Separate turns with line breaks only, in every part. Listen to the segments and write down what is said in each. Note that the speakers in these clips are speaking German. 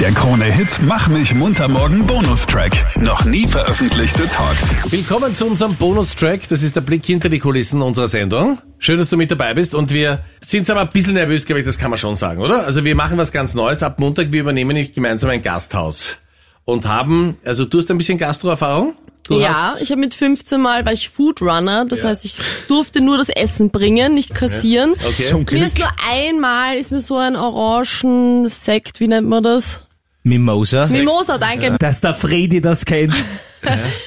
Der Krone-Hit Mach mich munter morgen Bonustrack. Noch nie veröffentlichte Talks.
Willkommen zu unserem Bonustrack. Das ist der Blick hinter die Kulissen unserer Sendung. Schön, dass du mit dabei bist. Und wir sind aber ein bisschen nervös, glaube ich, das kann man schon sagen, oder? Also wir machen was ganz Neues. Ab Montag, wir übernehmen nämlich gemeinsam ein Gasthaus. Und haben, also du hast ein bisschen Gastroerfahrung? Du
ja,
hast,
ich habe mit 15 Mal war ich Foodrunner, das
Ja.
heißt, ich durfte nur das Essen bringen, nicht kassieren.
Okay.
Zum
Mir
Glück.
ist nur einmal ist mir so ein Orangensekt, wie nennt man das?
Mimosa.
Mimosa, danke.
Dass der Fredi das kennt.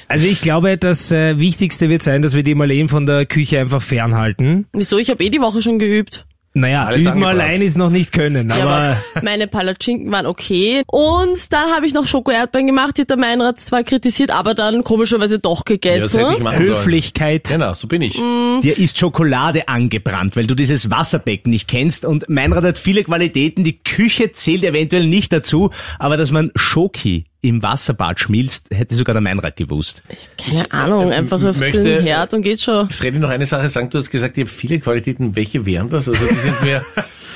Also ich glaube, das äh, Wichtigste wird sein, dass wir die Marleen von der Küche einfach fernhalten.
Wieso? Ich habe eh die Woche schon geübt.
Naja,
Alles
üben
angebracht.
allein ist noch nicht können,
Ja,
aber
aber meine Palatschinken waren okay. Und dann habe ich noch Schokoerdbeeren gemacht, die hat der Meinrad zwar kritisiert, aber dann komischerweise doch
ja, das
gegessen.
hätte ich machen sollen.
Höflichkeit.
Genau, so bin ich.
Mhm.
Dir ist Schokolade angebrannt, weil du dieses Wasserbecken nicht kennst und Meinrad hat viele Qualitäten. Die Küche zählt eventuell nicht dazu, aber dass man Schoki im Wasserbad schmilzt, hätte sogar der Meinrad gewusst.
Keine Ahnung, einfach auf
äh, möchte-
den Herd und geht schon.
Freddy, noch eine Sache sagen. Du hast gesagt, ich habe viele Qualitäten. Welche wären das? Also die sind mir,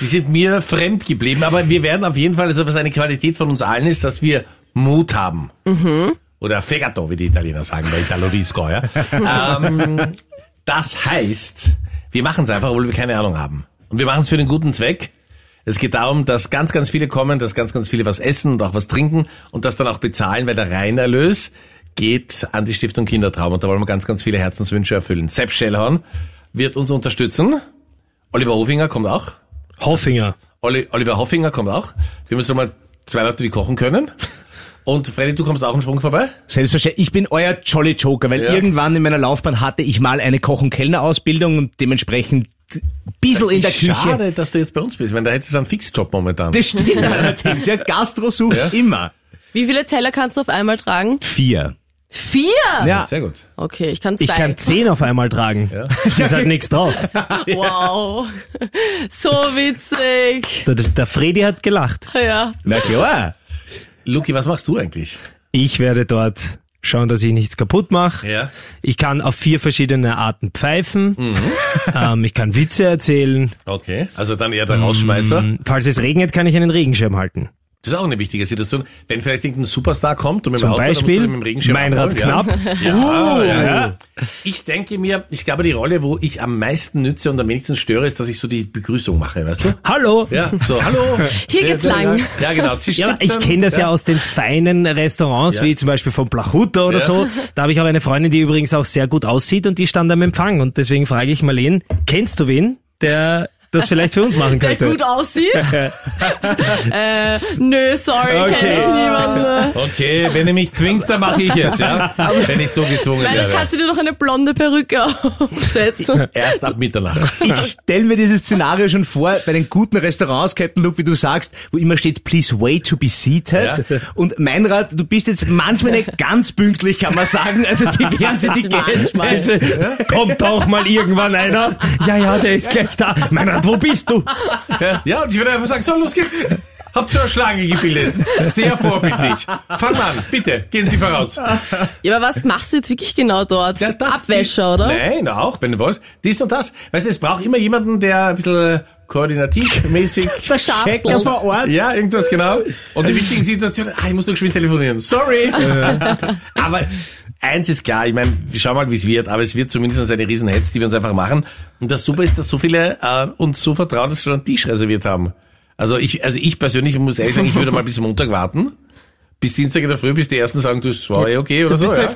die sind mir fremd geblieben. Aber wir werden auf jeden Fall, also was eine Qualität von uns allen ist, dass wir Mut haben. Oder Fegato, wie die Italiener sagen, bei Italo Disco, ja. ähm, das heißt, wir machen es einfach, obwohl wir keine Ahnung haben. Und wir machen es für den guten Zweck. Es geht darum, dass ganz, ganz viele kommen, dass ganz, ganz viele was essen und auch was trinken und das dann auch bezahlen, weil der Reinerlös geht an die Stiftung Kindertraum und da wollen wir ganz, ganz viele Herzenswünsche erfüllen. Sepp Schellhorn wird uns unterstützen. Oliver Hofinger kommt auch.
Hoffinger.
Oli, Oliver Hoffinger kommt auch. Wir müssen mal zwei Leute, die kochen können. Und Freddy, du kommst auch einen Sprung vorbei.
Selbstverständlich, ich bin euer Jolly Joker, weil
Ja.
irgendwann in meiner Laufbahn hatte ich mal eine Koch- und Kellnerausbildung und dementsprechend bissel in der Küche.
Schade, dass du jetzt bei uns bist. Ich meine, da hättest du einen Fixjob momentan.
Das stimmt allerdings, ja, Gastro sucht
Ja.
immer.
Wie viele Teller kannst du auf einmal tragen?
Vier.
Vier!
Ja.
Sehr gut.
Okay, ich kann zwei.
Ich kann zehn auf einmal tragen. Es ist halt nichts drauf.
Wow. So witzig.
Der, der Fredi hat gelacht.
Ja.
Na klar.
Luki, was machst du eigentlich?
Ich werde dort schauen, dass ich nichts kaputt mache.
Ja.
Ich kann auf vier verschiedene Arten pfeifen.
Mhm.
Ähm, ich kann Witze erzählen. Ähm,
Okay. Also dann eher der Rausschmeißer.
Falls es regnet, kann ich einen Regenschirm halten.
Das ist auch eine wichtige Situation. Wenn vielleicht irgendein Superstar kommt und mit
Zum
dem Auto, dann musst
Beispiel
du mit dem Regenschirm
Meinrad
abholen, ja.
Knapp. Uh,
Ja, ja, ja. Ich denke mir, ich glaube, die Rolle, wo ich am meisten nütze und am wenigsten störe, ist, dass ich so die Begrüßung mache, weißt du?
Hallo!
Ja, so, hallo.
Hier geht's
Ja,
lang.
Ja, genau. Tisch
Ja, aber ich
17.
kenne das ja.
Ja.
aus den feinen Restaurants,
Ja.
wie zum Beispiel von Plachuta oder
Ja.
so. Da habe ich auch eine Freundin, die übrigens auch sehr gut aussieht und die stand am Empfang. Und deswegen frage ich Marleen, kennst du wen, der das vielleicht für uns machen
Der
könnte?
gut aussieht? äh, nö, sorry, kenn
Okay.
kenne ich niemanden.
Okay, wenn ihr mich zwingt, dann mache ich es, ja. Wenn ich so gezwungen
Weil dann
werde.
kannst du dir noch eine blonde Perücke aufsetzen.
Erst ab Mitternacht.
Genau.
Ich stelle mir dieses Szenario schon vor, bei den guten Restaurants, Captain Luke, wie du sagst, wo immer steht, please wait to be seated.
Ja.
Und Meinrad, du bist jetzt manchmal nicht ganz pünktlich, kann man sagen. Also die werden sie die Gäste.
Manchmal.
Also, kommt auch mal irgendwann einer. Ja, ja, der ist gleich da. Meinrad, wo bist du?
Ja, und ich würde einfach sagen, so, los geht's. Habt ihr eine Schlange gebildet? Sehr vorbildlich. Fangen wir an, bitte, gehen Sie voraus.
Ja, aber was machst du jetzt wirklich genau dort?
Ja, das-
Abwäscher, oder?
Nein, auch, wenn du wolltest. Dies und das. Weißt du, es braucht immer jemanden, der ein bisschen äh, koordinativmäßig.
Der Schaftel.
Checker vor Ort.
Ja, irgendwas, genau. Und die wichtigen Situationen, ah, ich muss noch geschwind telefonieren. Sorry. Äh, aber eins ist klar, ich meine, wir schauen mal, wie es wird, aber es wird zumindest eine Riesenhetz, die wir uns einfach machen. Und das Super ist, dass so viele äh, uns so vertrauen, dass wir schon einen Tisch reserviert haben. Also ich, also ich persönlich muss ehrlich sagen, ich würde mal bis Montag warten. Bis Dienstag in der Früh, bis die Ersten sagen, du, es war eh okay oder
Du
so.
bist halt
ja.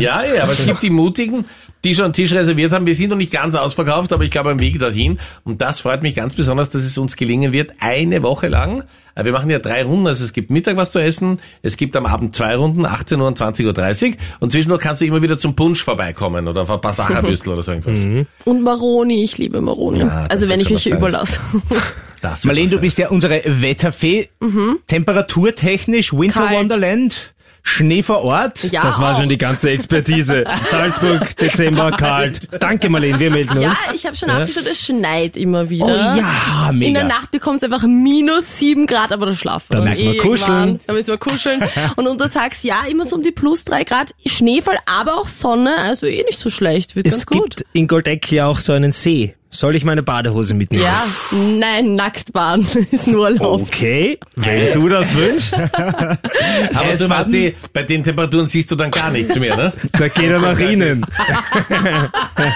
Ja, ja, aber es gibt die Mutigen, die schon einen Tisch reserviert haben. Wir sind noch nicht ganz ausverkauft, aber ich glaube am Weg dorthin. Und das freut mich ganz besonders, dass es uns gelingen wird, eine Woche lang. äh, Wir machen ja drei Runden, also es gibt Mittag was zu essen, es gibt am Abend zwei Runden, 18 Uhr und 20.30 Uhr. Und zwischendurch kannst du immer wieder zum Punsch vorbeikommen oder auf ein paar Sacherbüstel oder so irgendwas.
Und Maroni, ich liebe Maroni.
Ja, das
also wenn
ist
ich
schon
welche
was
überlasse.
Das wird
Marlene,
was
du
sein.
bist ja unsere Wetterfee. Temperaturtechnisch, Winter
Mhm. Kalt.
Wonderland, Schnee vor Ort.
Ja,
Das war
auch.
schon die ganze Expertise. Salzburg, Dezember, kalt. Danke, Marleen, wir melden uns.
Ja, ich habe schon nachgeschaut, es schneit immer wieder.
Oh ja, mega.
In der Nacht bekommt es einfach minus sieben Grad, aber da schlafen
Da
wir
müssen wir
irgendwann.
kuscheln.
Da müssen wir kuscheln. Und untertags, ja, immer so um die plus drei Grad. Schneefall, aber auch Sonne, also eh nicht so schlecht. Wird
Es
ganz gut.
gibt in Goldeck ja auch so einen See, Soll ich meine Badehose mitnehmen?
Ja, nein, nackt baden ist
Oh.
nur erlaubt.
Okay, wenn du das wünschst,
Aber du weißt, die, bei den Temperaturen siehst du dann gar nichts mehr, ne?
dann geht er nach innen.
Äh,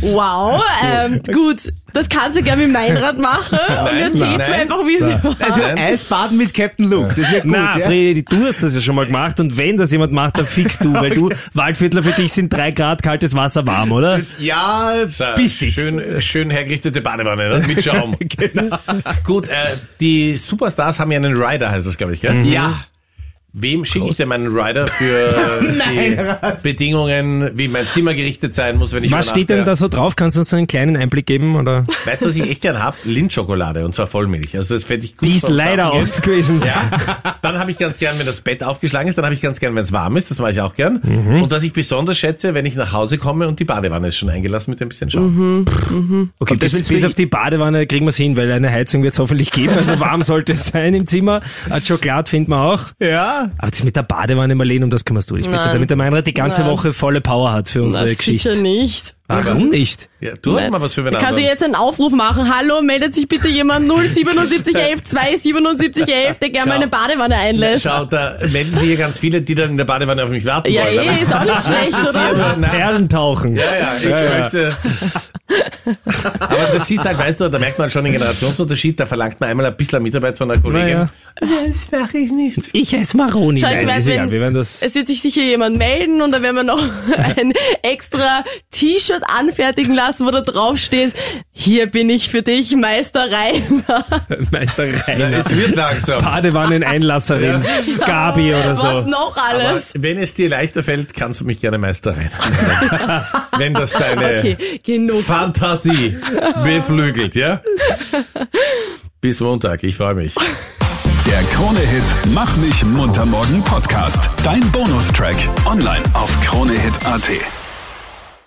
wow, ähm, gut, das kannst du gerne mit Meinrad machen und
Nein,
erzählst
nein.
mir einfach, wie sie war.
Also Eisbaden mit Captain Luke, das wird gut.
Na,
ja?
Fredi, du hast das ja schon mal gemacht und wenn das jemand macht, dann fix du, weil du, Waldviertler für dich sind drei Grad kaltes Wasser warm, oder?
ja,
So,
bissig.
Schön, äh, schön hergerichtete Badewanne, ne? Mit Schaum. genau. Gut, äh, die Superstars haben ja einen Rider, heißt das, glaube ich,
Mhm.
gell?
Ja.
Wem schicke ich denn meinen Rider für die Bedingungen, wie mein Zimmer gerichtet sein muss, wenn ich
Was
übernachte?
steht denn da so drauf? Kannst du uns einen kleinen Einblick geben? Oder?
Weißt du, was ich echt gern hab? Lindschokolade und zwar Vollmilch. Also das fände ich gut.
Die ist
beim Schlafen
leider
gehen.
aus gewesen.
Ja. Dann habe ich ganz gern, wenn das Bett aufgeschlagen ist, dann habe ich ganz gern, wenn es warm ist, das mache ich auch gern.
Mhm.
Und was ich besonders schätze, wenn ich nach Hause komme und die Badewanne ist schon eingelassen mit ein bisschen Schaum.
Mhm. Okay, bis,
willst du
bis
eh-
auf die Badewanne kriegen wir es hin, weil eine Heizung wird es hoffentlich geben. Also warm sollte es sein im Zimmer. Äh, Ein Schokolad finden wir auch.
Ja.
Aber das mit der Badewanne, Marlene, um das kümmerst du dich bitte.
Nein.
Damit der Meinrad die ganze
Nein.
Woche volle Power hat für unsere
Na, sicher
Geschichte. Genau,
nicht.
Warum nicht?
Ja, du
Ne.
hast mal was für
Da
einen
kannst du
anderen.
jetzt einen Aufruf machen. Hallo, meldet sich bitte jemand 07711 27711, der gerne
Schau.
meine Badewanne einlässt.
Schau, da melden sich ja ganz viele, die dann in der Badewanne auf mich warten
Ja,
wollen.
eh, ist auch nicht schlecht, oder?
Aber- Nein,
Perlentauchen.
Ja, ja, ich möchte. Aber das sieht halt, weißt du, da merkt man schon den Generationsunterschied, da verlangt man einmal ein bisschen Mitarbeit von der Kollegin.
Naja.
Das mache ich nicht.
Ich esse Maroni.
Schau, ich
Nein,
weiß,
ist egal.
wenn-
Wir werden das.
Es wird sich sicher jemand melden und da werden wir noch ein extra T-Shirt anfertigen lassen, wo da drauf steht, hier bin ich für dich, Meister Reiner.
Meister Rainer.
Es wird langsam.
Badewannen-Einlasserin. Gabi oder so.
Was noch
Aber
alles?
wenn es dir leichter fällt, kannst du mich gerne Meister rein. wenn das deine
Okay, genug.
Fantasie beflügelt, ja? Bis Montag, ich freue mich.
Der Krone-Hit Mach mich munter morgen Podcast. Dein Bonustrack. Online auf kronehit.at.